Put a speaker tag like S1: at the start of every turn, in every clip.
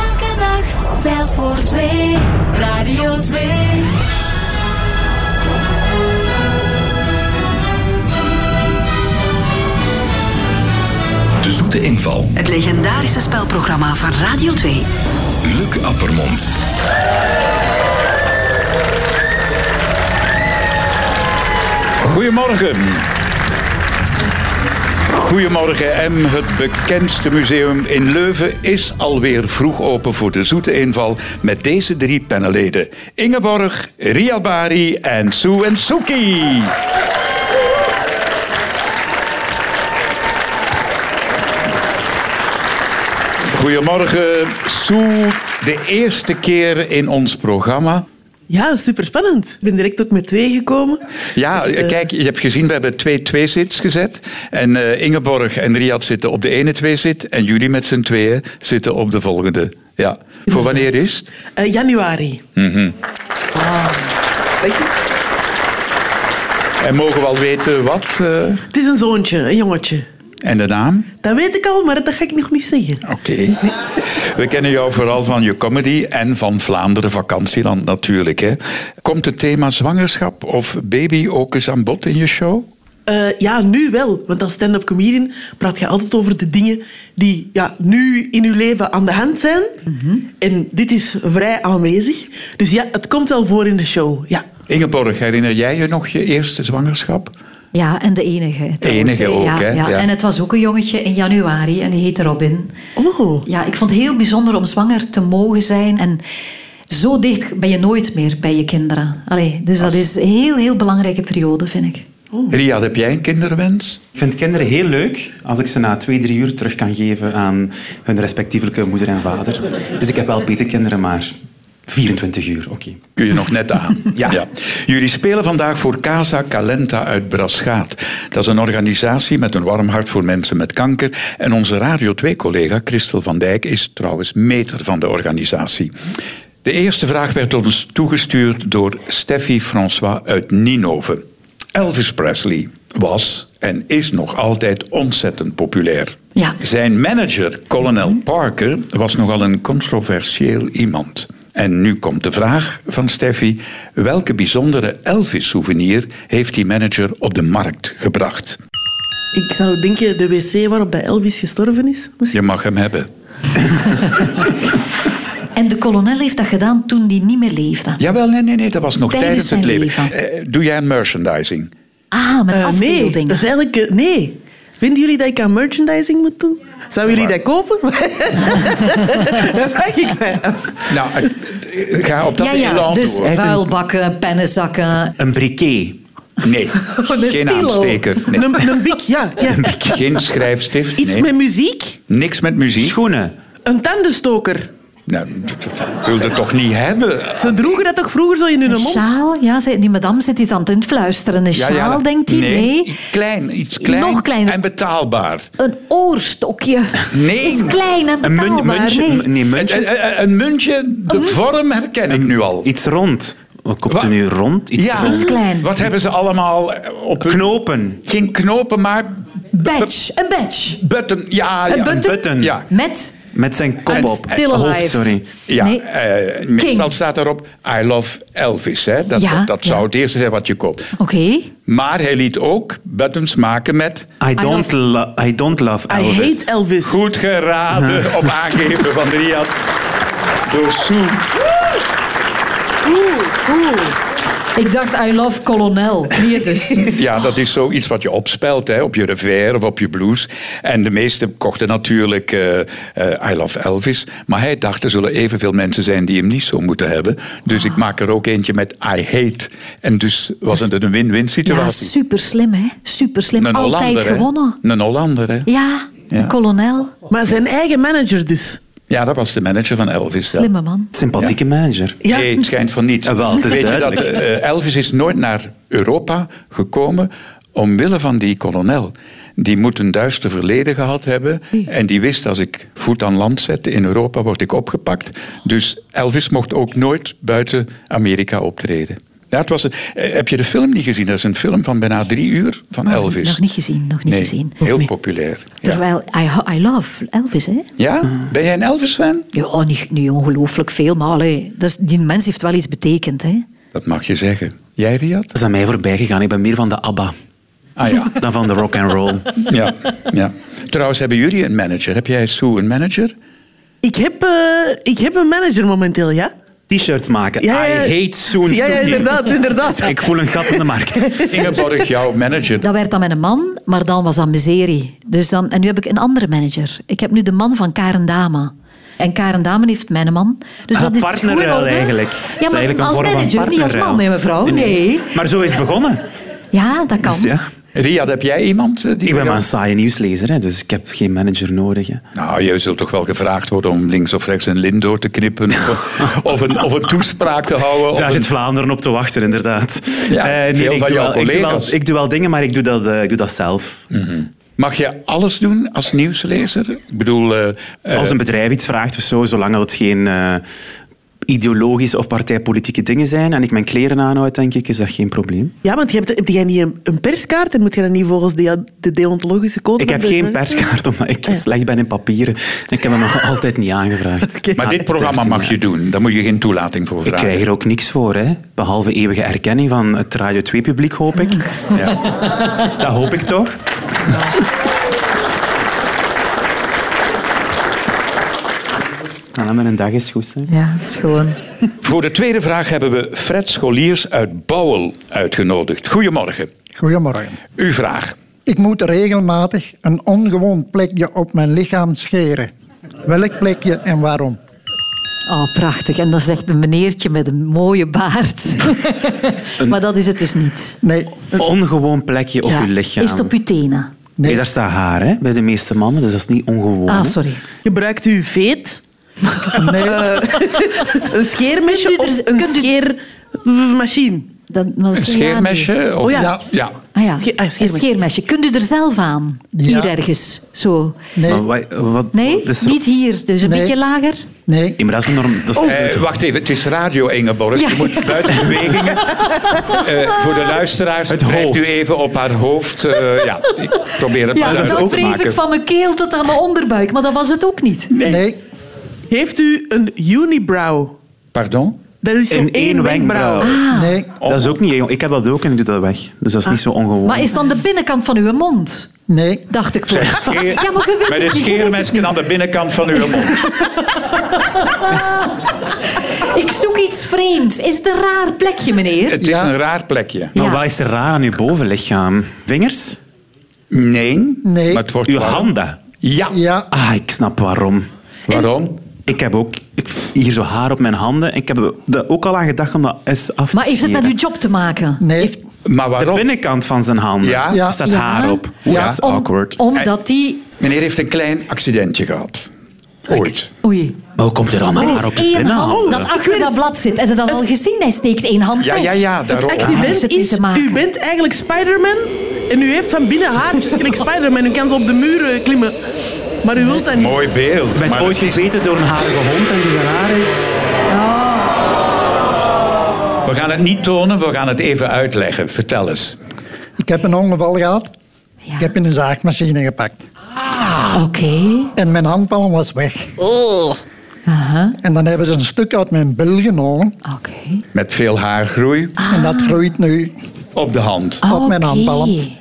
S1: Elke dag telt voor twee. Radio 2.
S2: De zoete inval.
S3: Het legendarische spelprogramma van Radio 2.
S2: Luc Appermond.
S4: Goedemorgen. Goedemorgen en het bekendste museum in Leuven is alweer vroeg open voor de zoete inval met deze drie panelleden. Ingeborg, Ria Bari en Sue en Suki. Goedemorgen, Sue. De eerste keer in ons programma.
S5: Ja, super spannend. Ik ben direct ook met twee gekomen.
S4: Ja, kijk, je hebt gezien, we hebben twee tweezits gezet. En eh, Ingeborg en Riad zitten op de ene tweezit. En jullie met z'n tweeën zitten op de volgende. Ja. Voor wanneer is het?
S5: Eh, januari.
S4: En mogen we al weten wat? eh,
S5: Het is een zoontje, een jongetje.
S4: en de naam?
S5: Dat weet ik al, maar dat ga ik nog niet zeggen.
S4: Oké. We kennen jou vooral van je comedy en van Vlaanderen vakantieland natuurlijk. Hè. Komt het thema zwangerschap of baby ook eens aan bod in je show?
S5: Eh, ja, nu wel. Want als stand-up comedian praat je altijd over de dingen die ja, nu in je leven aan de hand zijn. En dit is vrij aanwezig. Dus ja, het komt wel voor in de show. Ja.
S4: Ingeborg, herinner jij je nog je eerste zwangerschap?
S6: Ja, en de enige. trouwens,
S4: enige ook,
S6: ja,
S4: hè?
S6: Ja.
S4: Ja.
S6: En het was ook een jongetje in januari en die heette Robin.
S5: Oh.
S6: Ja, ik vond het heel bijzonder om zwanger te mogen zijn. En zo dicht ben je nooit meer bij je kinderen. Allee, dus dat is een heel, heel belangrijke periode, vind ik.
S4: Riad, heb jij een kinderwens?
S7: Ik vind kinderen heel leuk als ik ze na twee, drie uur terug kan geven aan hun respectievelijke moeder en vader. Dus ik heb wel beter kinderen, maar 24 uur, oké.
S4: Kun je nog net aan.
S7: Ja.
S4: Jullie spelen vandaag voor Casa Calenta uit Braschaat. Dat is een organisatie met een warm hart voor mensen met kanker. En onze Radio 2-collega Christel van Dijk is trouwens meter van de organisatie. De eerste vraag werd ons toegestuurd door Steffi François uit Ninoven. Elvis Presley was en is nog altijd ontzettend populair.
S6: Ja.
S4: Zijn manager, kolonel Parker, was nogal een controversieel iemand. En nu komt de vraag van Steffi: welke bijzondere Elvis-souvenir heeft die manager op de markt gebracht?
S5: Ik zou denken de wc waarop dat Elvis gestorven is.
S4: Je
S5: Misschien.
S4: mag hem hebben.
S6: En de kolonel heeft dat gedaan toen die niet meer leefde.
S4: Jawel, nee, nee, nee, dat was nog
S6: Tijdens
S4: tijdens,
S6: zijn
S4: het leven.
S6: leven.
S4: Eh, doe jij aan merchandising?
S6: Ah, met
S5: Eh, nee, dat
S6: afbeelding.
S5: is eigenlijk... eh, nee. Vinden jullie dat ik aan merchandising moet doen? Zouden jullie dat kopen? dat vraag ik mij af.
S4: Nou, eh, eh, ga op dat
S6: ja,
S4: elan
S6: ja, dus
S4: door.
S6: vuilbakken, pennenzakken.
S7: Een briquet.
S4: Nee,
S6: een
S4: geen
S6: stilo.
S4: aansteker. Nee.
S5: Een, een bik, ja. ja.
S4: Geen schrijfstift.
S5: Iets
S4: nee.
S5: met muziek.
S4: Niks met muziek.
S7: Schoenen.
S5: Een tandenstoker.
S4: Nou, wilde toch niet hebben?
S5: Ze
S7: Ah,
S5: droegen dat toch vroeger zo in hun
S6: Een
S5: mond?
S6: sjaal? Ja, zei- die madame zit hier aan het fluisteren. Een sjaal, denkt hij?
S4: nee.
S6: nee.
S4: iets Klein, iets klein
S6: Nog kleiner.
S4: en betaalbaar.
S6: Een oorstokje.
S4: Nee.
S6: Is klein en
S7: Een mun-
S6: betaalbaar.
S7: muntje.
S6: nee.
S7: M- Nee,
S4: Een,
S7: muntjes.
S4: een, een muntje, de vorm herken ik nu al.
S7: Iets rond. Wat Koopt
S4: Wa-
S7: u nu rond? Iets
S4: eh. Ja,
S7: rond.
S6: Iets klein.
S4: Wat hebben ze allemaal eh, op hun...
S7: Knopen.
S4: Geen knopen, maar
S6: Badge. Een badge.
S4: button. Ja, ja.
S7: Een button.
S4: Ja.
S6: Met
S7: Met zijn
S6: I'm
S7: kop op.
S6: still alive.
S7: Hoofd, sorry.
S4: Ja,
S6: Nee.
S4: eh, meestal
S6: King.
S4: staat daarop I love Elvis. Hè? Dat,
S6: Ja,
S4: dat, dat zou
S6: ja.
S4: het eerste zijn wat je koopt.
S6: Oké.
S4: Maar hij liet ook buttons maken met
S7: I don't,
S6: love-
S7: lo- I don't love
S5: I
S7: Elvis.
S5: hate Elvis.
S4: Goed geraden op aangeven van Riyad Dus door Soen.
S6: Ik dacht, I love kolonel. Hier dus.
S4: Ja, dat is zoiets wat je opspelt hè, op je revers of op je blues. En de meesten kochten natuurlijk eh, eh, I Love Elvis. Maar hij dacht, er zullen evenveel mensen zijn die hem niet zo moeten hebben. Dus ik maak er ook eentje met I Hate. En dus was het een win-win
S6: Ja,
S4: situatie.
S6: super slim, hè? Super slim.
S4: een
S6: Altijd
S4: Hollander, hè.
S6: gewonnen.
S4: Een Hollander, hè.
S6: Ja,
S4: Ja.
S6: een kolonel.
S5: Maar zijn eigen manager dus.
S4: Ja, dat was de manager van Elvis. ja.
S6: Slimme man.
S7: Sympathieke manager.
S5: Ja.
S4: Nee, het schijnt van niet.
S7: Eh, wel, het is
S4: Weet je dat
S7: duidelijk.
S4: eh, Elvis is nooit naar Europa gekomen omwille van die kolonel. Die moet een duister verleden gehad hebben. En die wist, als ik voet aan land zet in Europa, word ik opgepakt. Dus Elvis mocht ook nooit buiten Amerika optreden. Ja, het was een- eh, heb je de film niet gezien? Dat is een film van bijna drie uur van Elvis.
S6: Oh, Nog niet gezien, nog niet
S4: Nee,
S6: gezien.
S4: heel populair. Ja.
S6: Terwijl, I, ho- I love Elvis, hè?
S4: Ja? Ben jij een Elvis-fan?
S6: Ja, niet, niet ongelooflijk veel, maar allee, dat is- die mens heeft wel iets betekend, hè?
S4: Dat mag je zeggen. Jij, Riyad?
S7: Dat is aan mij voorbij gegaan. Ik ben meer van de ABBA
S4: Ah ja.
S7: dan van de rock and roll.
S4: ja. ja. Trouwens, hebben jullie een manager? Heb jij, Sue, een manager?
S5: Ik heb, eh, ik heb een manager momenteel, ja?
S7: T-shirts maken.
S5: Ja, ja.
S7: I hate Soen
S5: Ja, ja,
S7: Soen.
S5: inderdaad, inderdaad.
S7: Ik voel een gat in de markt.
S4: Ingeborg, jouw manager.
S6: Dat werd dan met een man, maar dan was dat miserie. Dus dan, en nu heb ik een andere manager. Ik heb nu de man van Karen Dama. En Karen Damen heeft mijn man. Dus
S7: Ah,
S6: dat is
S7: partnerruil
S6: gewoon orde.
S7: eigenlijk. Dat is
S6: Ja, maar
S7: eigenlijk een
S6: als
S7: vorm van
S6: manager, niet als man, nee,
S7: partnerruil.
S6: mevrouw. Nee.
S7: Maar zo is het begonnen.
S6: Ja, dat kan.
S7: Dus ja.
S4: Riyad, heb jij iemand eh, die...
S7: Ik ben maar
S4: jou-
S7: een saaie nieuwslezer, hè, dus ik heb geen manager nodig. Hè.
S4: Nou, jij zult toch wel gevraagd worden om links of rechts een lint door te knippen of, of, een, of een toespraak te houden. of
S7: Daar
S4: een-
S7: zit Vlaanderen op te wachten, inderdaad.
S4: Oh, Ja,
S7: Eh,
S4: veel van
S7: ik doe
S4: jouw
S7: wel- ik doe wel-
S4: collega's.
S7: Ik doe wel dingen, maar ik doe dat, eh, ik doe dat zelf.
S4: Mag je alles doen als nieuwslezer? Ik bedoel, eh, eh,
S7: Als een bedrijf iets vraagt of zo, zolang dat het geen ideologisch ideologische of partijpolitieke dingen zijn en ik mijn kleren aanhoud, denk ik, is dat geen probleem.
S5: Ja, want je hebt, heb jij niet een, een perskaart en moet je dat niet volgens de, de deontologische code...
S7: Ik heb
S5: van de-
S7: geen perskaart, omdat ik slecht ben in papieren. Ik heb hem nog altijd niet aangevraagd. Ah,
S5: Oké.
S4: maar dit programma mag je doen. Daar moet je geen toelating voor
S7: Ik eh,
S4: vragen.
S7: krijg er ook niks voor, hè? behalve eeuwige erkenning van het Radio 2-publiek, hoop ik.
S4: Ja.
S7: Dat hoop ik toch. Nou, mijn dag is goed. Hè.
S6: Ja, dat is gewoon...
S4: Voor de tweede vraag hebben we Fred Scholiers uit Bouwel uitgenodigd. Goedemorgen.
S8: Goedemorgen.
S4: Uw vraag.
S8: Ik moet regelmatig een ongewoon plekje op mijn lichaam scheren. Welk plekje en waarom?
S6: Oh, prachtig. En dat is echt een meneertje met een mooie baard. maar dat is het dus niet.
S8: Nee,
S7: Ongewoon plekje op
S6: Ja.
S7: je lichaam.
S6: Is het op uw tenen?
S7: Nee, daar staat haar hè? bij de meeste mannen, dus dat is niet ongewoon.
S6: Ah,
S7: hè.
S6: sorry.
S5: Gebruikt u veet?
S8: nee.
S5: Een scheermesje
S6: Kunt u er-
S5: of een
S6: kunt u-
S5: scheermachine?
S6: Dat, maar dat
S4: Een
S6: is geen radio.
S4: scheermesje? Of...
S5: Oh ja.
S8: Ja.
S4: ja.
S6: Ah ja,
S5: Sche- ah, scheermesje.
S6: een scheermesje. Kunt u er zelf aan?
S8: Ja.
S6: Hier ergens, zo.
S8: nee,
S7: Maar wat, wat-
S6: Nee,
S7: dat is-
S6: niet hier. Dus een
S8: Nee.
S6: beetje lager.
S8: nee.
S7: Ja, maar dat is een norm. Dat is,
S4: Eh, wacht even, het is radio Ingeborg.
S6: Ja.
S4: Je moet buiten bewegingen. Eh, voor de luisteraars,
S7: Het
S4: blijft
S7: hoofd.
S4: u even op haar hoofd. eh, ja, ik probeer het
S6: Ja,
S4: maar
S6: dat,
S4: duidelijk te
S6: wreef
S4: maken.
S6: ik van mijn keel tot aan mijn onderbuik. Maar dat was het ook niet.
S8: Nee,
S5: Heeft u een unibrow?
S4: Pardon?
S5: Dat is zo
S7: In één wenkbrauw.
S8: nee,
S7: dat is ook niet jong. Ik heb dat ook en ik doe dat weg. Dus dat is niet zo ongewoon.
S6: Ah. Maar is dan de binnenkant van uw mond?
S8: nee.
S6: Dacht ik toch. Ja, maar je
S4: Met
S6: weet
S4: een
S6: het niet, je weet het
S4: scheermesje aan de binnenkant van uw mond.
S6: niet. Ik zoek iets vreemds. Is het een raar plekje, meneer?
S4: Het is een raar plekje.
S7: Maar
S6: Ja.
S7: wat is er raar aan uw bovenlichaam? Vingers?
S4: Nee,
S8: Nee.
S4: maar het wordt
S7: Uw
S4: warm.
S7: handen?
S4: Ja.
S8: Ja,
S7: Ah, ik snap waarom.
S4: Waarom?
S7: Ik heb ook ik, hier zo haar op mijn handen. Ik heb er ook al aan gedacht om dat eens af te
S6: Maar heeft het met
S7: scheren.
S6: uw job te maken?
S8: nee.
S4: Maar
S7: De
S4: waarom?
S7: binnenkant van zijn handen
S4: Ja.
S8: Ja.
S7: staat
S6: Ja.
S7: haar op.
S6: Ja.
S7: Ja. Dat is
S6: Om-
S7: awkward.
S6: omdat die...
S4: Meneer heeft een klein accidentje gehad. Ooit.
S6: Oei.
S7: Maar hoe komt er allemaal haar
S6: Er
S7: op
S6: is
S7: je
S6: één hand
S7: binnenhanden?
S6: dat achter dat blad zit. Heb je dat al gezien? Hij steekt één hand
S4: Ja,
S6: weg.
S4: ja, ja, daarom.
S5: Het
S6: Ah, heeft
S5: accident
S6: het niet
S5: is,
S6: te maken.
S5: u bent eigenlijk Spider-Man en u heeft van binnen haartjes gelijk Spider-Man. U kan ze op de muren klimmen, maar u wilt dat niet.
S4: Mooi beeld.
S7: Ik ben
S4: maar
S7: ooit
S4: het is-
S7: gebeten door een harige hond en die zijn haar is...
S4: we gaan het niet tonen, we gaan het even uitleggen. Vertel eens.
S8: Ik heb een ongeval gehad. Ik heb in een zaagmachine gepakt.
S6: Oké.
S8: En mijn handpalm was weg.
S4: Oh.
S6: Aha.
S8: En dan hebben ze een stuk uit mijn bil genomen.
S6: Oké.
S4: Met veel haargroei
S8: En dat groeit nu.
S4: op de hand.
S8: Op mijn
S6: Oké.
S8: handpalm.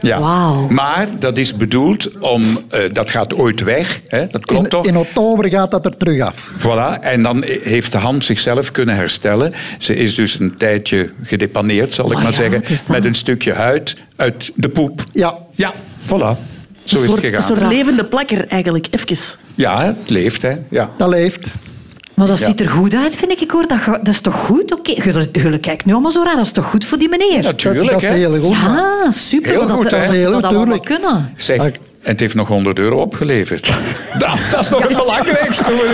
S4: Ja.
S6: Wauw.
S4: Maar dat is bedoeld om, eh, dat gaat ooit weg, hè? dat klopt
S8: In,
S4: toch?
S8: in oktober gaat dat er terug af.
S4: Voilà, en dan heeft de hand zichzelf kunnen herstellen. Ze is dus een tijdje gedepaneerd, zal ik
S6: Oh
S4: maar
S6: ja, het is
S4: zeggen,
S6: dan-
S4: met een stukje huid uit de poep.
S8: Ja,
S4: Ja, voilà. Zo is het
S6: soort-
S4: gegaan.
S6: een soort-
S5: Een levende plakker eigenlijk, even.
S4: Ja, het leeft, hè. Ja.
S8: dat leeft.
S6: Maar dat
S4: Ja.
S6: ziet er goed uit, vind ik. ik hoor. Dat, ge- dat is toch goed? Oké, Jullie- jullie kijken nu allemaal zo raar. Dat is toch goed voor die meneer? Ja,
S4: Natuurlijk,
S8: dat is
S4: hè.
S8: heel goed. maar-
S6: super.
S4: Heel
S6: dat
S4: goed,
S6: dat,
S4: hè?
S6: dat,
S8: Heel
S6: dat allemaal
S8: tuurlijk.
S6: kunnen.
S4: Zeg, en het heeft nog 100 euro opgeleverd. dat, dat is nog het belangrijkste. hoor.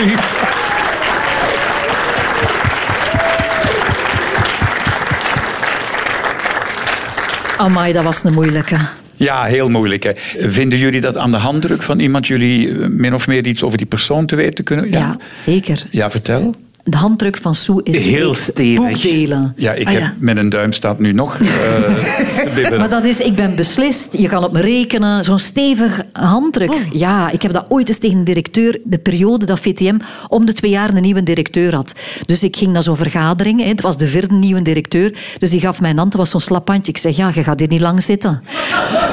S6: Amai, dat was een moeilijke.
S4: Ja, heel moeilijk. Hè. Vinden jullie dat aan de handdruk van iemand jullie eh, min of meer iets over die persoon te weten kunnen?
S6: Ja, zeker.
S4: Ja, vertel.
S6: de handdruk van Sue is
S7: Heel
S6: weet
S7: stevig.
S6: boekdelen.
S4: Ja, ik
S6: Ah,
S4: heb, mijn duim staat nu nog eh, te bibberen.
S6: Maar dat is, ik ben beslist, je kan op me rekenen. Zo'n stevig handdruk. Ja, ik heb dat ooit eens tegen een directeur, de periode dat VTM om de twee jaar een nieuwe directeur had. Dus ik ging naar zo'n vergadering, hè. het was de vierde nieuwe directeur. Dus die gaf mij een hand, het was zo'n slappandje. Ik zeg, ja, je gaat hier niet lang zitten.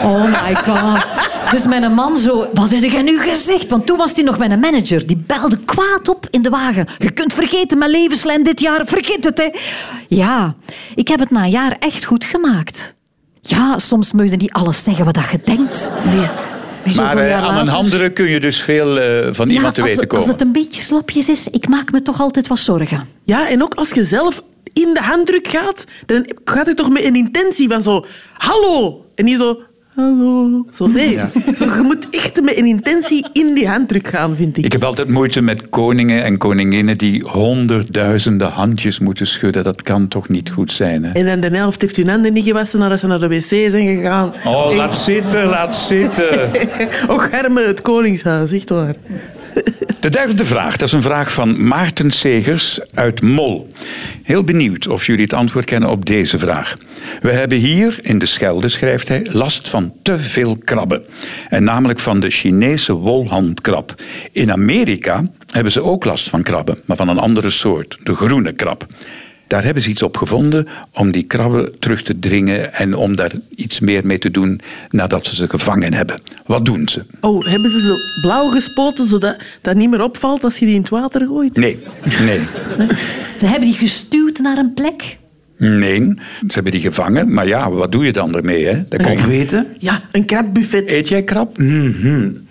S6: Oh my god. Dus mijn man zo, wat heb jij nu gezegd? Want toen was hij nog mijn manager. Die belde kwaad op in de wagen. Je kunt vergeten mijn levenslijn dit jaar. Vergeet het, hè. Ja, ik heb het na een jaar echt goed gemaakt. Ja, soms moet je niet alles zeggen wat dat je denkt. Nee.
S4: Maar
S6: Zoveel
S4: eh,
S6: jaar
S4: aan een
S6: later-
S4: handdruk kun je dus veel eh, van
S6: Ja,
S4: iemand te
S6: als
S4: weten
S6: het-
S4: komen.
S6: Als het een beetje slapjes is, ik maak me toch altijd wat zorgen.
S5: Ja, en ook als je zelf in de handdruk gaat, dan gaat het toch met een intentie van zo... Hallo! En niet zo... Hallo. Zo, nee. Zo, je moet echt met een intentie in die handdruk gaan, vind ik.
S4: Ik heb altijd moeite met koningen en koninginnen die honderdduizenden handjes moeten schudden. Dat kan toch niet goed zijn, hè?
S5: En dan de helft heeft hun handen niet gewassen nadat ze naar de wc zijn gegaan.
S4: Oh,
S5: En-
S4: laat zitten, laat zitten.
S5: Och, arme het koningshuis, echt waar.
S4: De derde vraag, dat is een vraag van Maarten Segers uit Mol. Heel benieuwd of jullie het antwoord kennen op deze vraag. We hebben hier, in de Schelde schrijft hij, last van te veel krabben. En namelijk van de Chinese wolhandkrab. In Amerika hebben ze ook last van krabben, maar van een andere soort, de groene krab. Daar hebben ze iets op gevonden om die krabben terug te dringen en om daar iets meer mee te doen nadat ze ze gevangen hebben. Wat doen ze?
S5: Oh, hebben ze ze blauw gespoten, zodat dat niet meer opvalt als je die in het water gooit?
S4: Nee, nee.
S6: Ze hebben die gestuurd naar een plek.
S4: Nee, ze hebben die gevangen. Maar ja, wat doe je dan ermee? Hè? Daar
S7: Ik
S4: komen-
S7: weten?
S5: Ja, een krabbuffet.
S4: Eet jij krab?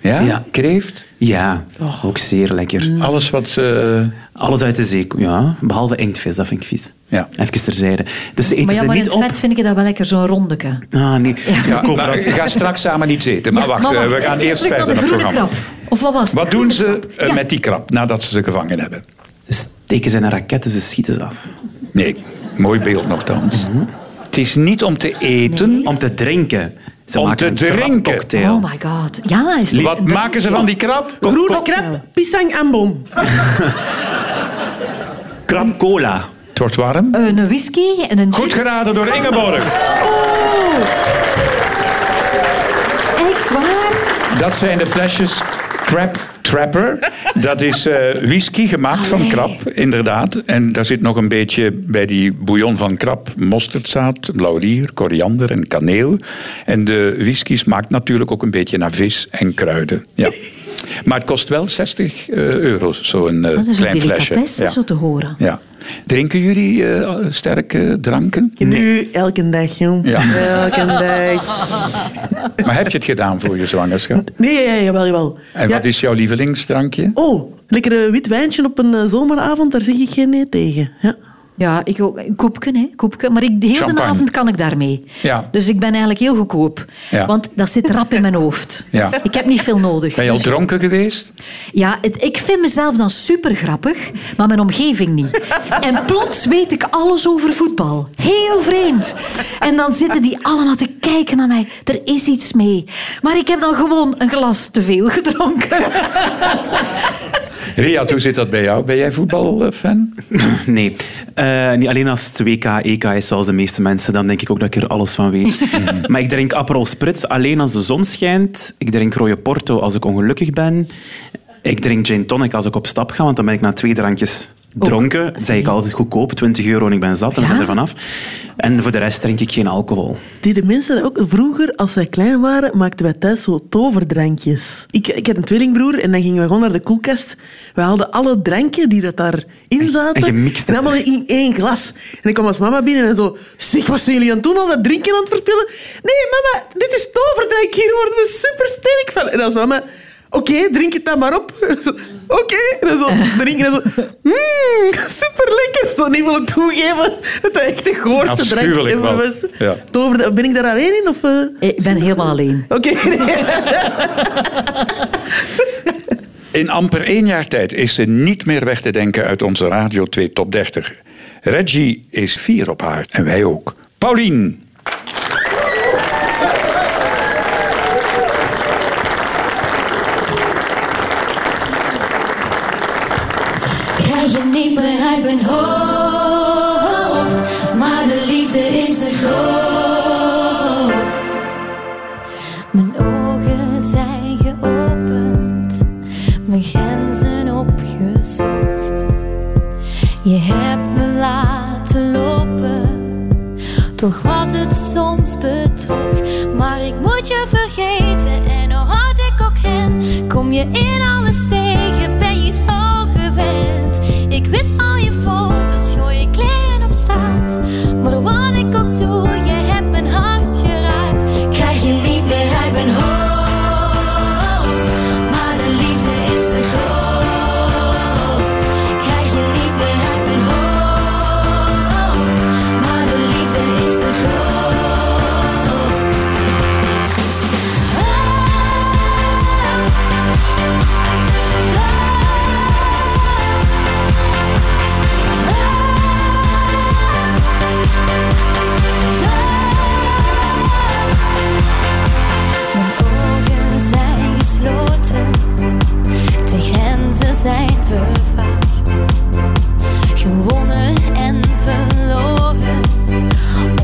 S4: Ja?
S7: Ja.
S4: Kreeft?
S7: Ja,
S6: Oh.
S7: ook zeer lekker.
S6: Mm.
S4: Alles wat... eh,
S7: Alles uit de zee, ja. Behalve inktvis, dat vind ik vies.
S4: Ja.
S7: Even terzijde. Dus ze eten
S6: maar ja,
S7: ze
S6: maar in
S7: niet
S6: het
S7: op.
S6: vet vind ik dat wel lekker, zo'n rondeke.
S7: Ah, nee.
S4: ja, maar ga straks samen niet zitten. Maar wacht, eh, we gaan eerst verder
S6: met
S4: met
S6: de
S4: het
S6: groene
S4: programma.
S6: krab. Of wat was het?
S4: Wat
S6: De
S4: doen
S6: groene
S4: ze
S6: krab.
S4: eh,
S6: Ja.
S4: met die krab nadat ze ze gevangen hebben?
S7: Ze steken ze in een raket en ze schieten ze af.
S4: Nee, mooi beeld nogthans. Het is niet om te eten.
S7: Om te drinken. Ze
S4: Om
S7: maken
S4: te
S7: een
S4: drinken.
S7: krabcocktail.
S6: Oh my god. Ja, is dat-
S4: Wat
S6: dat-
S4: maken ze van die krab?
S5: Groene
S6: cocktail.
S5: krab, pisang ambon.
S7: Krab cola.
S4: Het wordt warm.
S1: Eh,
S6: Een whisky en een
S4: Goed
S6: gin.
S4: geraden door Ingeborg.
S6: Echt waar?
S4: Dat zijn de flesjes Crab Trapper. Dat is eh, whisky gemaakt van
S6: Allee.
S4: krab, inderdaad. En daar zit nog een beetje bij die bouillon van krab mosterdzaad, laurier, koriander en kaneel. En de whisky smaakt natuurlijk ook een beetje naar vis en kruiden. Ja. Maar het kost wel 60 eh, euro, zo'n eh
S6: Dat is een
S4: klein flesje.
S6: delicatesse, zo te horen.
S4: Ja. Drinken jullie eh, sterke dranken?
S5: Nu, elke dag, jong.
S4: Ja.
S5: Elke dag.
S4: Maar heb je het gedaan voor je zwangerschap?
S5: Nee, ja, ja, jawel, jawel.
S4: En
S5: Ja.
S4: wat is jouw lievelingsdrankje?
S5: Oh, lekker eh, wit wijntje op een eh, zomeravond, daar zeg ik geen nee tegen. Ja.
S6: Ja, ik ook. Een Koepje, hè. Koepje. Maar ik, de hele
S4: Champagne.
S6: avond kan ik daarmee.
S4: Ja.
S6: Dus ik ben eigenlijk heel goedkoop.
S4: Ja.
S6: Want dat zit rap in mijn hoofd.
S4: Ja.
S6: Ik heb niet veel nodig.
S4: Ben je al
S6: Dus-
S4: dronken geweest?
S6: Ja, het- ik vind mezelf dan super grappig, maar mijn omgeving niet. En plots weet ik alles over voetbal. Heel vreemd. En dan zitten die allemaal te kijken naar mij. Er is iets mee. Maar ik heb dan gewoon een glas te veel gedronken.
S4: Riad, hoe zit dat bij jou? Ben jij voetbalfan?
S7: Nee. Eh, niet alleen als het WK, EK is zoals de meeste mensen, dan denk ik ook dat ik er alles van weet. maar ik drink Aperol Spritz alleen als de zon schijnt. Ik drink rode porto als ik ongelukkig ben. Ik drink gin tonic als ik op stap ga, want dan ben ik na twee drankjes dronken. Zeg ik altijd goedkoop, 20 euro en ik ben zat, dan zijn
S6: Ja?
S7: er vanaf. En voor de rest drink ik geen alcohol.
S5: Deden mensen dat ook? Vroeger, als wij klein waren, maakten wij thuis zo toverdrankjes. Ik, ik had een tweelingbroer en dan gingen we gewoon naar de koelkast. We haalden alle dranken die dat daarin zaten.
S7: en je mixte
S5: en allemaal
S7: het.
S5: in één glas. En ik kwam als mama binnen en zo... Zeg, wat zijn jullie aan het doen? Al dat drinken aan het verspillen? Nee, mama, dit is toverdrank. Hier worden we supersterk van. En als mama... Oké, drink het dan maar op. Zo, Oké. En dan zo drinken en zo... Mmm, superlekker. Zo niet willen toegeven dat dat echt een goorste drank
S4: Afschuwelijk
S5: ever
S4: wat.
S5: was.
S4: Ja.
S5: Toverde- ben ik daar alleen in? Of, eh?
S6: Ik ben helemaal alleen.
S5: Oké.
S4: In amper één jaar tijd is ze niet meer weg te denken uit onze Radio 2 Top 30. Reggie is fier op haar en wij ook. Paulien,
S1: Ga je niet meer uit mijn hoofd. Maar de liefde is te groot. Mijn ogen zijn geopend, mijn grenzen opgezocht. Je hebt me laten lopen, toch was het soms bedrog. Maar ik moet je vergeten en hoe hard ik ook ren, kom je in alles tegen, ben je zo gewend. Ik wist al je foto's, gooi je kleren op straat. Maar wat ik ook doe, je hebt mijn hart geraakt. Krijg je niet meer uit mijn hoofd, maar de liefde is te groot. Krijg je niet meer uit mijn hoofd, maar de liefde is te groot. Mijn ogen zijn gesloten, de grenzen zijn vervaagd. Gewonnen en verloren,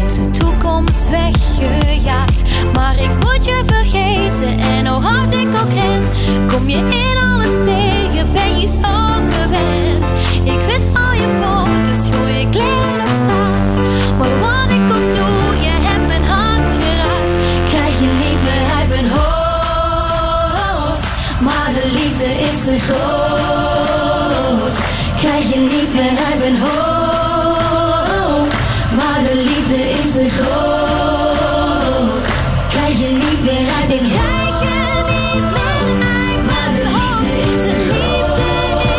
S1: onze toekomst weggejaagd. Maar ik moet je vergeten en hoe hard ik ook ren, kom je in alles tegen, ben je zo gewend. Ik wist al je foto's, gooi je kleren op straat. Maar wat ik ook doe, je hebt mijn hart geraakt. Krijg je niet meer uit mijn hoofd, maar de liefde is te groot. Krijg je niet meer uit mijn hoofd, maar de liefde is te groot. Krijg je niet meer uit mijn hoofd. Maar de liefde is te groot. Krijg je niet meer uit mijn hoofd. De liefde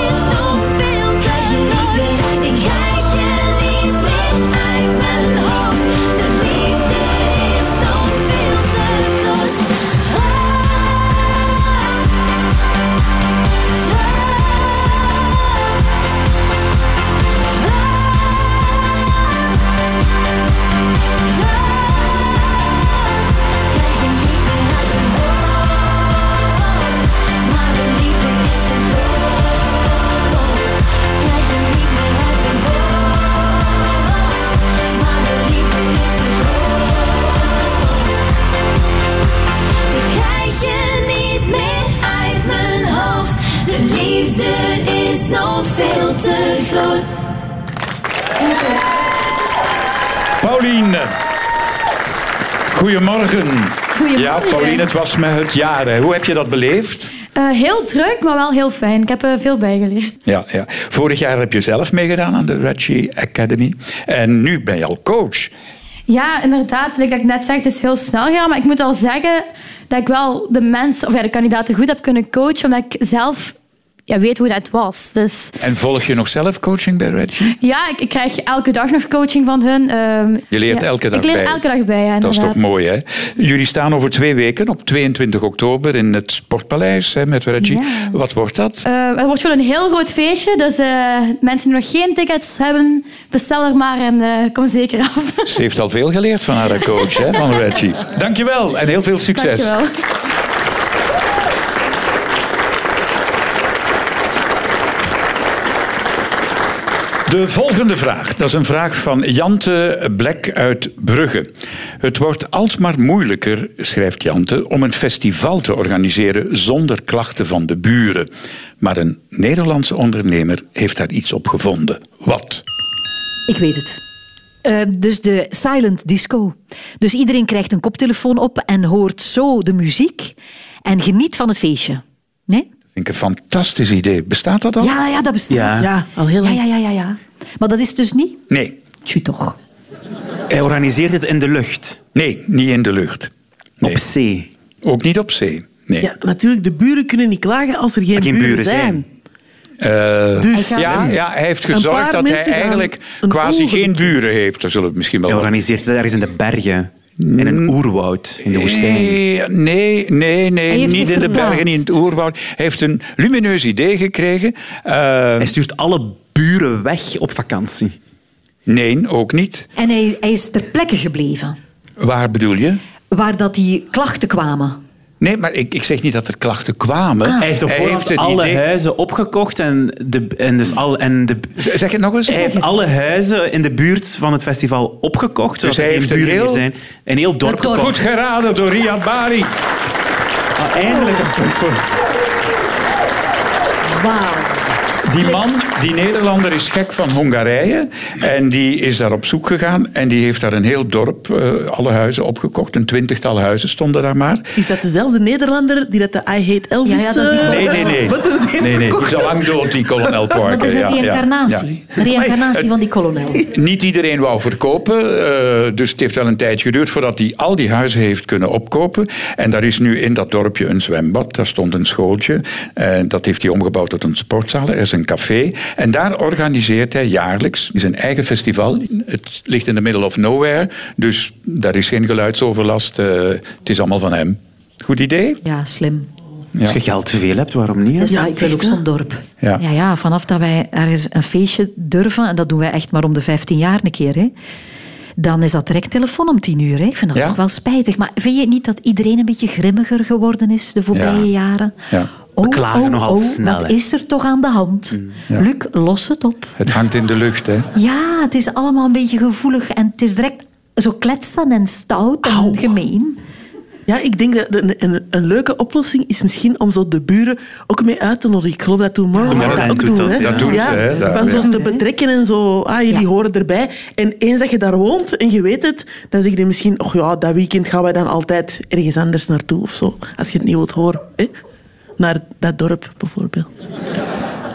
S1: is nog veel te groot. Krijg je niet meer uit mijn hoofd. Maar de liefde is te groot. Krijg je niet meer uit mijn hoofd. Maar de liefde is te groot. Ik krijg je niet meer uit mijn hoofd. De liefde is nog veel te groot.
S4: Pauline. Goedemorgen. Ja,
S9: Goedemorgen.
S4: Pauline, het was met het jaren. Hoe heb je dat beleefd?
S9: Eh, heel druk, maar wel heel fijn. Ik heb er veel bijgeleerd.
S4: Ja, ja. Vorig jaar heb je zelf meegedaan aan de Reggie Academy. En nu ben je al coach.
S9: Ja, inderdaad. Like dat ik net zei, het is heel snel gegaan. Maar ik moet wel zeggen dat ik wel de mensen, of ja, de kandidaten goed heb kunnen coachen. Omdat ik zelf ja, weet hoe dat was. Dus
S4: En volg je nog zelf coaching bij Reggie?
S9: ja, ik, ik krijg elke dag nog coaching van hun. Ehm,
S4: Je leert
S9: ja.
S4: elke dag
S9: ik leer
S4: bij.
S9: elke dag bij, ja,
S4: Dat is toch
S9: inderdaad.
S4: mooi, hè? Jullie staan over twee weken, op 22 oktober, in het Sportpaleis hè, met Reggie. Wat wordt dat?
S9: Eh, het wordt gewoon een heel groot feestje. Dus eh, mensen die nog geen tickets hebben, bestel er maar en eh, kom zeker af.
S4: Ze heeft al veel geleerd van haar coach, hè, van Reggie. Dankjewel en heel veel succes.
S9: Dankjewel.
S4: De volgende vraag, dat is een vraag van Jante Blek uit Brugge. Het wordt alsmaar moeilijker, schrijft Jante, om een festival te organiseren zonder klachten van de buren. Maar een Nederlandse ondernemer heeft daar iets op gevonden. Wat?
S6: Ik weet het. Eh, dus de silent disco. Dus iedereen krijgt een koptelefoon op en hoort zo de muziek en geniet van het feestje. Nee?
S4: Ik vind ik een fantastisch idee. Bestaat dat al?
S6: Ja, ja, dat bestaat.
S7: Ja.
S5: Ja, al heel
S6: ja,
S5: lang.
S6: ja, ja, ja, ja. Maar dat is dus niet.
S4: Nee,
S6: Tju toch.
S7: Hij organiseert het in de lucht.
S4: nee, niet in de lucht. Nee.
S7: Op zee.
S4: Ook niet op zee. Nee.
S5: Ja, natuurlijk, de buren kunnen niet klagen als er geen,
S7: geen
S5: buren,
S7: buren
S5: zijn.
S4: Eh,
S5: Dus
S4: ja, ja, hij heeft
S5: Een
S4: gezorgd
S5: paar
S4: dat hij
S5: mensen gaan
S4: eigenlijk
S5: een
S4: quasi
S5: ongeluk
S4: geen buren heeft. Daar zullen we misschien wel
S7: Hij
S4: wat
S7: organiseert het ergens in de bergen. In
S4: Mm.
S7: een oerwoud. In de woestijn.
S4: Nee, nee, nee, nee
S6: Hij heeft
S4: niet
S6: zich
S4: in de
S6: verplaatst.
S4: bergen, niet in het oerwoud. Hij heeft een lumineus idee gekregen. Eh,
S7: Hij stuurt alle buren weg op vakantie.
S4: nee, ook niet.
S6: En hij, hij is ter plekke gebleven.
S4: Waar bedoel je?
S6: Waar dat die klachten kwamen.
S4: Nee, maar ik, ik zeg niet dat er klachten kwamen.
S5: Ah.
S7: Hij heeft op voorhand
S4: een
S7: alle
S4: idee.
S7: huizen opgekocht en, de, en, dus al, en de,
S4: Z- Zeg het nog eens.
S7: hij heeft alle huizen in de buurt van het festival opgekocht. zodat
S4: Dus hij
S7: er geen
S4: heeft een
S7: buren meer
S4: heel-
S7: zijn. Een heel dorp
S6: Een dorp.
S7: gekocht.
S4: Goed geraden door Riyad Bari.
S7: Ah, eindelijk een punt voor
S4: Die man, die Nederlander, is gek van Hongarije. En die is daar op zoek gegaan. En die heeft daar een heel dorp, eh, alle huizen opgekocht. Een twintigtal huizen stonden daar maar.
S5: Is dat dezelfde Nederlander die dat de I Hate
S6: Ja,
S5: Elvis...
S6: ja, dat is die
S5: eh,
S4: Nee, nee, nee.
S5: Wat is heeft
S4: nee, nee. Die
S5: verkocht?
S4: is al lang dood, die kolonel Parker.
S6: Maar dat is een
S4: Ja, ja,
S6: reïncarnatie.
S4: ja.
S6: Een reïncarnatie van die kolonel.
S4: Niet iedereen wou verkopen, eh, dus het heeft wel een tijd geduurd voordat hij al die huizen heeft kunnen opkopen. En daar is nu in dat dorpje een zwembad, daar stond een schooltje. En dat heeft hij omgebouwd tot een sportzaal, er is een café. En daar organiseert hij jaarlijks zijn eigen festival. Het ligt in the middle of nowhere, dus daar is geen geluidsoverlast. eh, het is allemaal van hem. Goed idee?
S6: Ja, slim.
S7: Als je geld te veel hebt, waarom niet? hè?
S6: Dus
S5: Ja,
S6: dat- ik wil
S5: echt,
S6: ook
S5: hè?
S6: zo'n dorp.
S4: Ja.
S6: Ja, ja, vanaf dat wij ergens een feestje durven, en dat doen wij echt maar om de 15 jaar een keer, hè, dan is dat direct telefoon om 10 uur. Hè. Ik vind dat
S4: Ja.
S6: toch wel spijtig. Maar vind je niet dat iedereen een beetje grimmiger geworden is de voorbije
S4: Ja.
S6: jaren?
S4: Ja.
S6: Oh,
S7: klagen
S6: oh,
S7: nogal
S6: oh,
S7: snel, hè.
S6: Wat is er toch aan de hand?
S4: Mm.
S6: Luc, los het op.
S4: Het hangt in de lucht, hè?
S6: Ja, het is allemaal een beetje gevoelig en het is direct zo kletsen en stout en gemeen.
S5: Ja, ik denk dat een, een, een leuke oplossing is misschien om zo de buren ook mee uit te nodigen. Ik geloof dat Tomorrowland
S7: Tomorrowland
S5: dat ook
S7: doet
S5: doet. hè.
S7: dat, ja. Dat
S4: doen ze, hè, daar,
S5: Van
S4: ja.
S5: zo te betrekken en zo. Ah, jullie
S6: Ja.
S5: horen erbij. En eens dat je daar woont en je weet het, dan zeg je misschien... Och ja, dat weekend gaan wij dan altijd ergens anders naartoe of zo. Als je het niet wilt horen. Hè? Naar dat dorp bijvoorbeeld.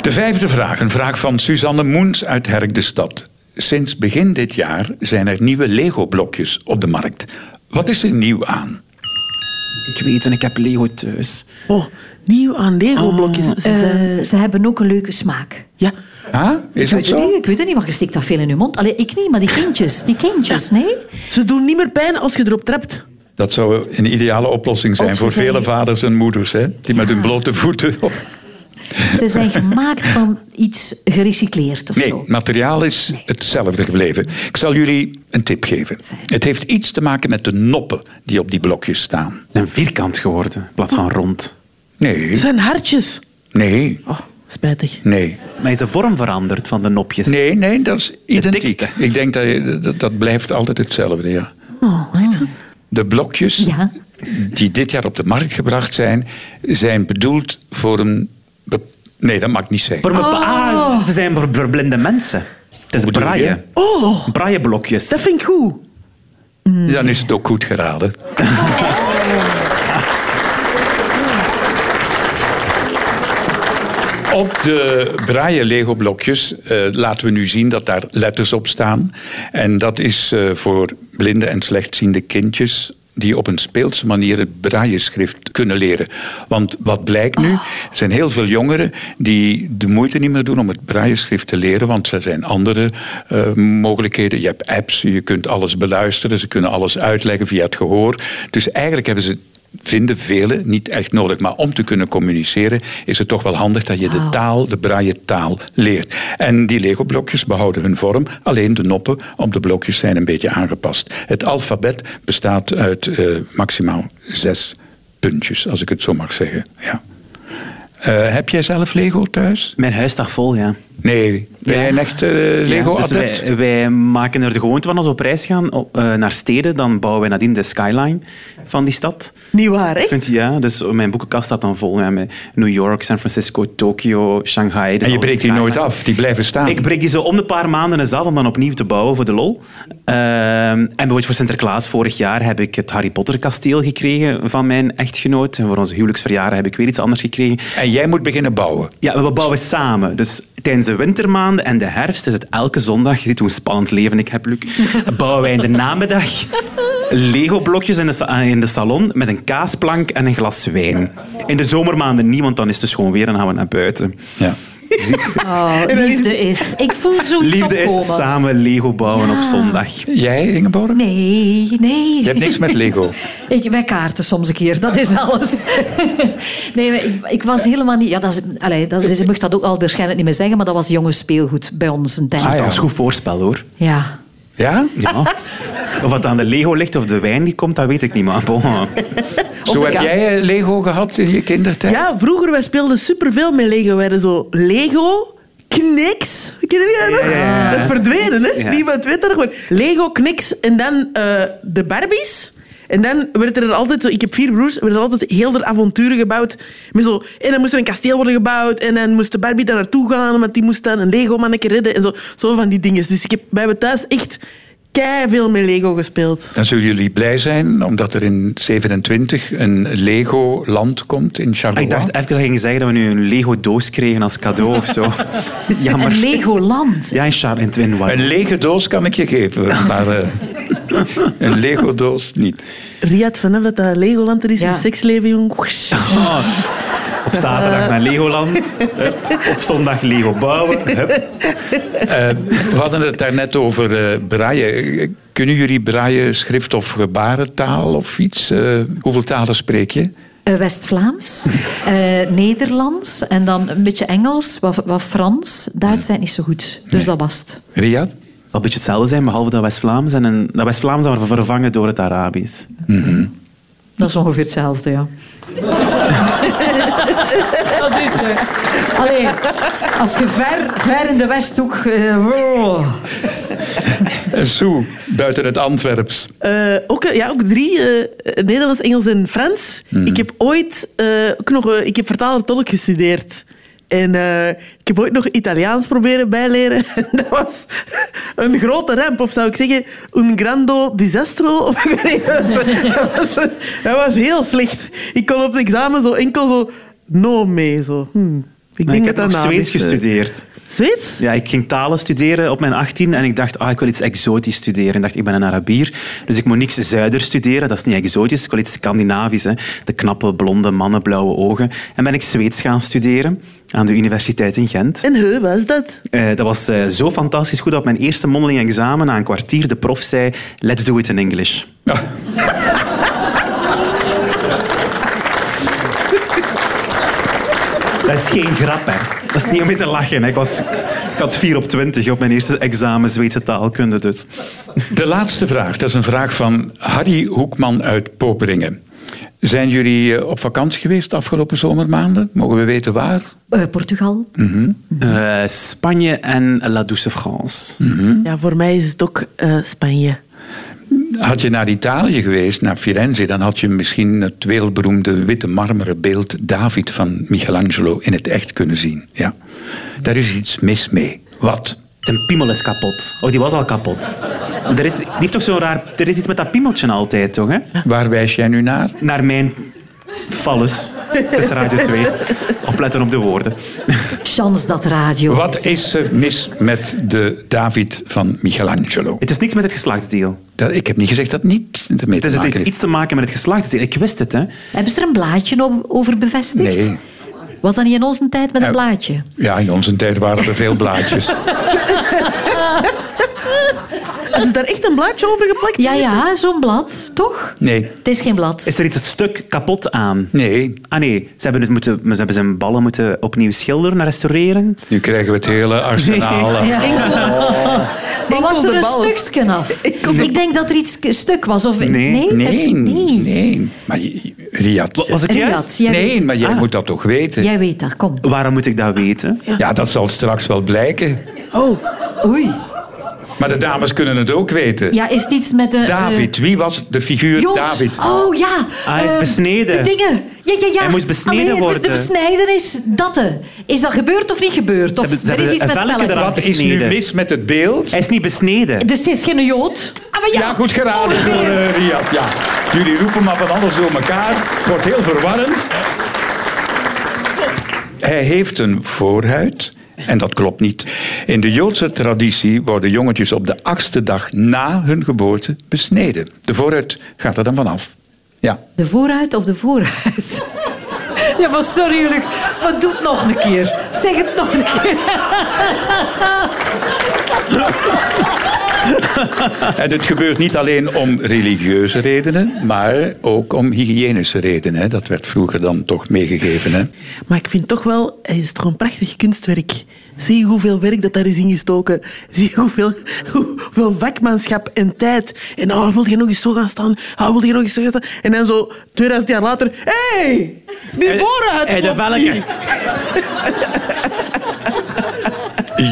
S4: De vijfde vraag, een vraag van Suzanne Moens uit Herk de Stad. Sinds begin dit jaar zijn er nieuwe Lego-blokjes op de markt. Wat is er nieuw aan?
S7: Ik weet en ik heb Lego thuis.
S5: Oh, nieuw aan Lego-blokjes. Ze zijn-
S6: Ah. Eh, ze hebben ook een leuke smaak.
S5: ja.
S4: Huh? Is
S6: Ik
S4: dat
S6: weet het
S4: zo?
S6: niet, ik weet het niet, maar je stikt dat veel in je mond. Allee, ik niet, maar die kindjes, die kindjes, nee?
S5: Ze doen niet meer pijn als je erop trapt.
S4: Dat zou een ideale oplossing zijn
S6: Of ze
S4: voor
S6: zijn-
S4: vele vaders en moeders, hè? die met hun blote voeten. op-
S6: Ze zijn gemaakt van iets gerecycleerd of
S4: Nee,
S6: zo.
S4: het materiaal is hetzelfde gebleven. Ik zal jullie een tip geven. Het heeft iets te maken met de noppen die op die blokjes staan.
S7: Ze zijn vierkant geworden in plaats van rond.
S5: Ze
S4: Nee,
S5: zijn hartjes.
S4: nee,
S5: Oh, spijtig.
S4: nee.
S7: Maar is de vorm veranderd van de nopjes?
S4: Nee, nee, dat is identiek.
S7: dikte.
S4: Ik denk dat, je- dat dat blijft altijd hetzelfde, ja.
S5: Oh, echt?
S4: De blokjes
S6: Ja.
S4: die dit jaar op de markt gebracht zijn, zijn bedoeld voor een. be- Nee, dat mag ik niet zeggen.
S7: Voor me- ah, ze zijn voor, voor blinde mensen. Het is
S4: bedoel je?
S7: braaien.
S5: Oh,
S7: Braaien blokjes.
S5: dat vind ik goed.
S4: Dan is het ook goed geraden. Op de braaien Lego-blokjes eh, laten we nu zien dat daar letters op staan. En dat is eh, voor blinde en slechtziende kindjes die op een speelse manier het braaienschrift kunnen leren. Want wat blijkt nu, er zijn heel veel jongeren die de moeite niet meer doen om het braaienschrift te leren, want er zijn andere eh, mogelijkheden. Je hebt apps, je kunt alles beluisteren, ze kunnen alles uitleggen via het gehoor. Dus eigenlijk hebben ze vinden velen niet echt nodig. Maar om te kunnen communiceren is het toch wel handig dat je de taal, de braille taal, leert. En die Lego-blokjes behouden hun vorm, alleen de noppen op de blokjes zijn een beetje aangepast. Het alfabet bestaat uit eh, maximaal zes puntjes, als ik het zo mag zeggen. Ja. Eh, heb jij zelf Lego thuis?
S7: Mijn huis staat vol, ja.
S4: Nee. Ben jij een echt eh, Lego-adept?
S7: Ja, dus wij, wij maken er de gewoonte van als we op reis gaan op, eh, naar steden, dan bouwen wij nadien de skyline van die stad.
S5: Niet waar, echt?
S7: Kunt- Ja, dus mijn boekenkast staat dan vol ja, met New York, San Francisco, Tokio, Shanghai. dus
S4: en je
S7: al die
S4: breekt die nooit
S7: skyline.
S4: af, die blijven staan.
S7: Ik breek die zo om de paar maanden eens af om dan opnieuw te bouwen voor de lol. Ehm, en bijvoorbeeld voor Sinterklaas vorig jaar heb ik het Harry Potter kasteel gekregen van mijn echtgenoot. En voor onze huwelijksverjaardag heb ik weer iets anders gekregen.
S4: En jij moet beginnen bouwen.
S7: Ja, we bouwen samen. Dus tijdens de wintermaanden en de herfst is het elke zondag. Je ziet hoe spannend leven ik heb, Luc. Bouwen wij in de namiddag Lego-blokjes in de, sa- in de salon met een kaasplank en een glas wijn. In de zomermaanden niemand, dan is het schoon weer en gaan we naar buiten.
S4: Ja.
S7: Je ziet,
S6: Oh, liefde is. Ik voel zo'n
S7: liefde
S6: opkomen.
S7: is samen Lego bouwen op zondag.
S4: Jij, Ingeborg?
S6: Nee, nee.
S4: Je hebt niks met Lego.
S6: Ik, wij kaarten soms een keer, dat is alles. nee, maar ik, ik was helemaal niet... Ja, dat is, allee, dat is, ik mag dat ook al waarschijnlijk niet meer zeggen, maar dat was jongens speelgoed bij ons een tijd.
S4: Ah, ja.
S7: Dat is goed voorspel, hoor.
S6: Ja.
S4: Ja?
S7: Ja. Of het aan de Lego ligt of de wijn die komt, dat weet ik niet. Maar bon.
S4: Zo heb jij eh, Lego gehad in je kindertijd?
S5: Ja, vroeger, wij speelden superveel met Lego. We hadden zo Lego, Kniks. Ken je dat nog?
S7: Ja, ja, ja.
S5: Dat is verdwenen, hè?
S7: Ja.
S5: Niemand weet dat gewoon. Lego, Kniks en dan eh, de Barbies. En dan werd er altijd, zo- ik heb vier broers, werd er altijd heel de avonturen gebouwd. Met zo, en dan moest er een kasteel worden gebouwd. En dan moest de Barbie daar naartoe gaan, want die moest dan een Lego-mannetje redden. En zo, zo van die dingen. Dus ik heb, wij hebben thuis echt kei veel met Lego gespeeld.
S4: Dan zullen jullie blij zijn, omdat er in 27 een Lego-land komt in
S7: Ah,
S4: Charleroi.
S7: Ik dacht even dat je ging zeggen dat we nu een Lego-doos kregen als cadeau of zo. Ja, maar...
S6: Een Legoland.
S7: Ja, in Charles in Twin
S4: Een lege doos kan ik je geven, maar eh, een Lego-doos niet.
S5: Riad, vanaf dat dat Legoland er is,
S6: Ja.
S5: je seksleven, jong. Woesh.
S7: Oh. Op zaterdag naar Legoland. Hup. Op zondag Lego bouwen. Hup.
S4: Eh, we hadden het daarnet over eh, braaien. Kunnen jullie braaien schrift of gebarentaal of iets? Eh, hoeveel talen spreek je?
S6: Eh, West-Vlaams, eh, Nederlands en dan een beetje Engels, wat, wat Frans. Duits zijn niet zo goed, dus dat was het.
S4: Riyad?
S7: Het zal een beetje hetzelfde zijn, behalve dat West-Vlaams. En een, dat West-Vlaams dat we vervangen door het Arabisch.
S6: Dat is ongeveer hetzelfde, ja. dat is eh. het. Allee, als je ver, ver in de Westhoek... eh, wow.
S4: En Eh, Sue, buiten het Antwerps.
S5: Eh, ook, eh, ja, ook drie, eh, Nederlands, Engels en Frans.
S7: Mhm.
S5: Ik heb ooit eh, ook nog, eh, ik heb vertaler-tolk gestudeerd. En eh, ik heb ooit nog Italiaans proberen bijleren. Dat was een grote ramp, of zou ik zeggen, un grande disastro. Of ik weet niet, dat, was, dat was- dat was heel slecht. Ik kon op het examen zo enkel zo, no mee, zo. Hm. Ik
S7: Maar
S5: denk
S7: ik
S5: dat
S7: heb
S5: dat
S7: nog
S5: naam
S7: Zweeds
S5: is, eh.
S7: gestudeerd.
S5: Zweeds?
S7: Ja, ik ging talen studeren op mijn 18 en ik dacht, ah, ik wil iets exotisch studeren. Ik dacht, ik ben een Arabier, dus ik moet niks zuider studeren. Dat is niet exotisch, ik wil iets Scandinavisch. Hè. De knappe, blonde mannen, blauwe ogen. En ben ik Zweeds gaan studeren aan de universiteit in Gent.
S5: En hoe was dat?
S7: Eh, dat was eh, zo fantastisch goed dat op mijn eerste mondeling examen na een kwartier de prof zei, let's do it in English. Dat is geen grap, hè. Dat is niet om mee te lachen. hè. Ik, was, ik had 4 op 20 op mijn eerste examen Zweedse taalkunde, dus...
S4: De laatste vraag, dat is een vraag van Harry Hoekman uit Poperingen. Zijn jullie eh, op vakantie geweest afgelopen zomermaanden? Mogen we weten waar?
S6: Eh, Portugal.
S7: Eh, Spanje en La Douce France. Hm?
S5: Ja, voor mij is het ook eh, Spanje.
S4: Had je naar Italië geweest, naar Firenze, dan had je misschien het wereldberoemde witte marmeren beeld David van Michelangelo in het echt kunnen zien. Ja. Daar is iets mis mee. Wat?
S7: Zijn piemel is kapot. Oh, die was al kapot. Er is, die heeft toch zo'n raar... Er is iets met dat piemeltje altijd, toch, hè?
S4: Waar wijs jij nu naar?
S7: Naar mijn fallus. Het is Radio 2. Opletten op de woorden.
S6: Chance dat radio.
S4: Wat is er mis met de David van Michelangelo?
S7: Het is niks met het geslachtsdeel.
S4: Dat- ik heb niet gezegd dat niet ermee
S7: Het,
S4: te
S7: is, het
S4: maken
S7: heeft
S4: heeft.
S7: iets te maken met het geslachtsdeel. Ik wist het, hè.
S6: Hebben ze er een blaadje op- over bevestigd?
S4: Nee.
S6: Was dat niet in onze tijd met een
S4: Eh,
S6: blaadje?
S4: Ja, in onze tijd waren er veel blaadjes.
S5: Is daar echt een blaadje over geplakt?
S6: Ja, ja, zo'n blad, toch?
S4: Nee,
S6: Het is geen blad.
S7: Is er iets een stuk kapot aan?
S4: nee.
S7: Ah nee, ze hebben, het moeten, ze hebben zijn ballen moeten opnieuw schilderen, restaureren.
S4: Nu krijgen we het hele arsenaal. aan.
S7: Oh.
S6: Ja. Maar was
S5: Enkel
S6: er
S5: de
S6: een
S5: bal.
S6: stukje af? Ik denk dat er iets k- stuk was. Of... Eh,
S7: Nee.
S4: Nee,
S6: het-
S4: nee, nee. Maar je- Riyad,
S7: Wa- Was ik
S6: Riyad,
S7: juist?
S6: jij,
S4: nee,
S6: weet,
S4: maar jij
S7: Ah.
S4: moet dat toch weten?
S6: jij weet dat, kom.
S7: Waarom moet ik dat weten?
S4: Ja, dat zal straks wel blijken.
S6: Oh, Oei.
S4: Maar de dames kunnen het ook weten.
S6: Ja, is het iets met de...
S4: David, wie was de figuur
S6: eh, jongs.
S4: David?
S6: Oh ja.
S7: Ah, hij is
S6: eh,
S7: besneden.
S6: De dingen. Ja, ja, ja.
S7: Hij moest besneden
S6: Allee, het moest-
S7: worden.
S6: De besnijder is datte. Is dat gebeurd of niet gebeurd? Of
S7: hebben- ze
S6: er is
S7: hebben
S6: iets
S7: een
S6: met
S7: velken
S6: velken.
S7: eraf.
S4: Wat is nu
S7: Afgesneden.
S4: mis met het beeld?
S7: Hij is niet besneden.
S6: Dus het is geen jood. Ah, maar ja.
S4: Ja, goed geraden door eh, Riyad. Ja. Jullie roepen maar wat anders door elkaar. Het wordt heel verwarrend. Hij heeft een voorhuid. En dat klopt niet. In de Joodse traditie worden jongetjes op de achtste dag na hun geboorte besneden. De voorhuid gaat er dan vanaf. Ja.
S6: De vooruit of de vooruit? Ja, maar sorry, Luc. Maar doe het nog een keer. Zeg het nog een keer.
S4: En het gebeurt niet alleen om religieuze redenen, maar ook om hygiënische redenen. hè. Dat werd vroeger dan toch meegegeven. Hè?
S5: Maar ik vind toch wel, hij is toch een prachtig kunstwerk. Zie hoeveel werk dat daar is ingestoken. Zie hoeveel, hoe- hoeveel vakmanschap en tijd. En oh, wil je nog eens zo gaan staan? Oh, wil je nog eens zo gaan staan? En dan zo 2000 jaar later... Hé, hey, die vooruit!
S7: Hey, de velken.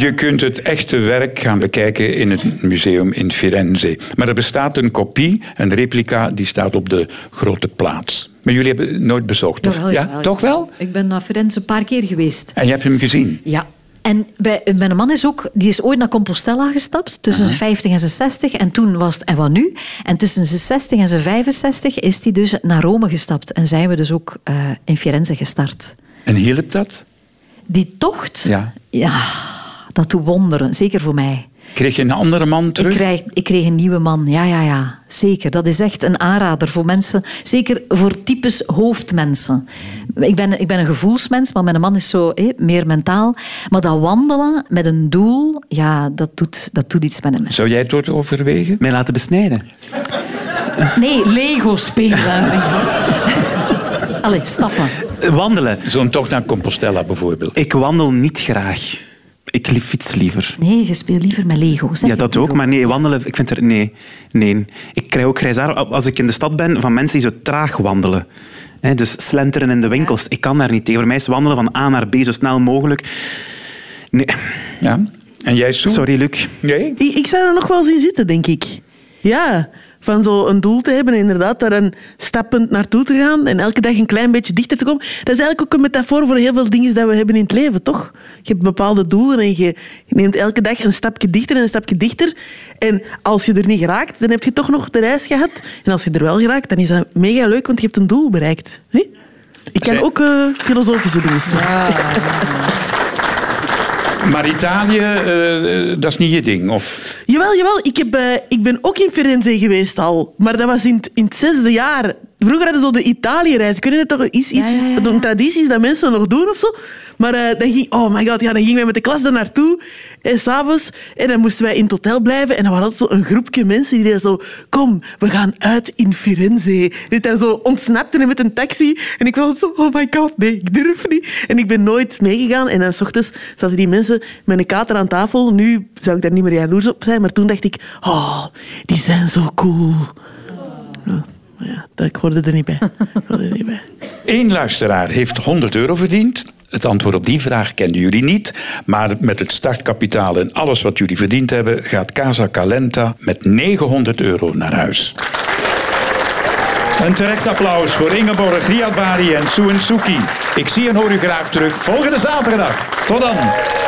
S4: Je kunt het echte werk gaan bekijken in het museum in Firenze. Maar er bestaat een kopie, een replica, die staat op de grote plaats. Maar jullie hebben het nooit bezocht, of?
S6: Jawel,
S4: ja,
S6: jawel.
S4: toch wel?
S6: Ik ben naar Firenze een paar keer geweest.
S4: En je hebt hem gezien.
S6: Ja. En bij, mijn man is ook, die is ooit naar Compostela gestapt, tussen zijn 50 en zijn 60. En toen was het, en wat nu? En tussen zijn 60 en zijn 65 is hij dus naar Rome gestapt. En zijn we dus ook eh, in Firenze gestart.
S4: En hielp dat?
S6: Die tocht,
S4: Ja.
S6: ja, dat doet wonderen, zeker voor mij.
S4: Kreeg je een andere man
S6: Ik,
S4: terug?
S6: krijg, ik kreeg een nieuwe man, ja, ja, ja. Zeker, dat is echt een aanrader voor mensen. Zeker voor types hoofdmensen. Ik ben, ik ben een gevoelsmens, maar mijn man is zo hé, meer mentaal. Maar dat wandelen met een doel, ja, dat doet, dat doet iets met een mens.
S4: Zou jij het ooit overwegen?
S7: Mij laten besnijden.
S6: Nee, Lego spelen. Allee, stappen.
S7: Wandelen.
S4: Zo'n tocht naar Compostela bijvoorbeeld.
S7: Ik wandel niet graag. Ik li- fiets liever.
S6: Nee, je speelt liever met Lego. zeg
S7: Ja,
S6: ik
S7: dat ook.
S6: Lego.
S7: Maar nee, wandelen... Ik vind er... Nee. Nee. Ik krijg ook grijs haar als ik in de stad ben van mensen die zo traag wandelen. Hè, dus slenteren in de winkels. Ik kan daar niet tegen. Voor mij is wandelen van A naar B zo snel mogelijk. Nee.
S4: Ja. En jij, Sue?
S7: Sorry, Luc.
S4: Nee?
S5: Ik, ik zou er nog wel zien zitten, denk ik. Ja, van zo een doel te hebben, inderdaad, daar een stappend naartoe te gaan en elke dag een klein beetje dichter te komen. Dat is eigenlijk ook een metafoor voor heel veel dingen dat we hebben in het leven, toch? Je hebt bepaalde doelen en je neemt elke dag een stapje dichter en een stapje dichter. En als je er niet geraakt, dan heb je toch nog de reis gehad. En als je er wel geraakt, dan is dat mega leuk, want je hebt een doel bereikt. Nee? Ik kan
S4: Zij-
S5: ook eh, filosofische dingen.
S4: Maar Italië, eh, eh, dat is niet je ding, of?
S5: Jawel, jawel. Ik, heb, eh, ik ben ook in Firenze geweest al. Maar dat was in, het- in het zesde jaar. Vroeger hadden ze zo de Italië-reis. Ik weet niet, toch is iets,
S6: ja, ja.
S5: een traditie is dat mensen nog doen of zo. Maar eh, dan ging, oh my god, ja, dan gingen wij met de klas daar naartoe. En s'avonds. En dan moesten wij in het hotel blijven. En dan waren altijd zo'n groepje mensen die dan zo... Kom, we gaan uit in Firenze. Dit dan zo ontsnapten en met een taxi. En ik was zo, oh my god, nee, ik durf niet. En ik ben nooit meegegaan. En dan s ochtends zaten die mensen met een kater aan tafel. Nu zou ik daar niet meer jaloers op zijn. Maar toen dacht ik, oh, die zijn zo cool. Ja, maar ja, dat- ik hoorde er niet bij. Ik hoorde er niet bij.
S4: Eén luisteraar heeft 100 euro verdiend. Het antwoord op die vraag kenden jullie niet. Maar met het startkapitaal en alles wat jullie verdiend hebben... gaat Casa Calenta met 900 euro naar huis. Een terecht applaus voor Ingeborg Riadbari en Soen Suki. Ik zie en hoor u graag terug volgende zaterdag. Tot dan.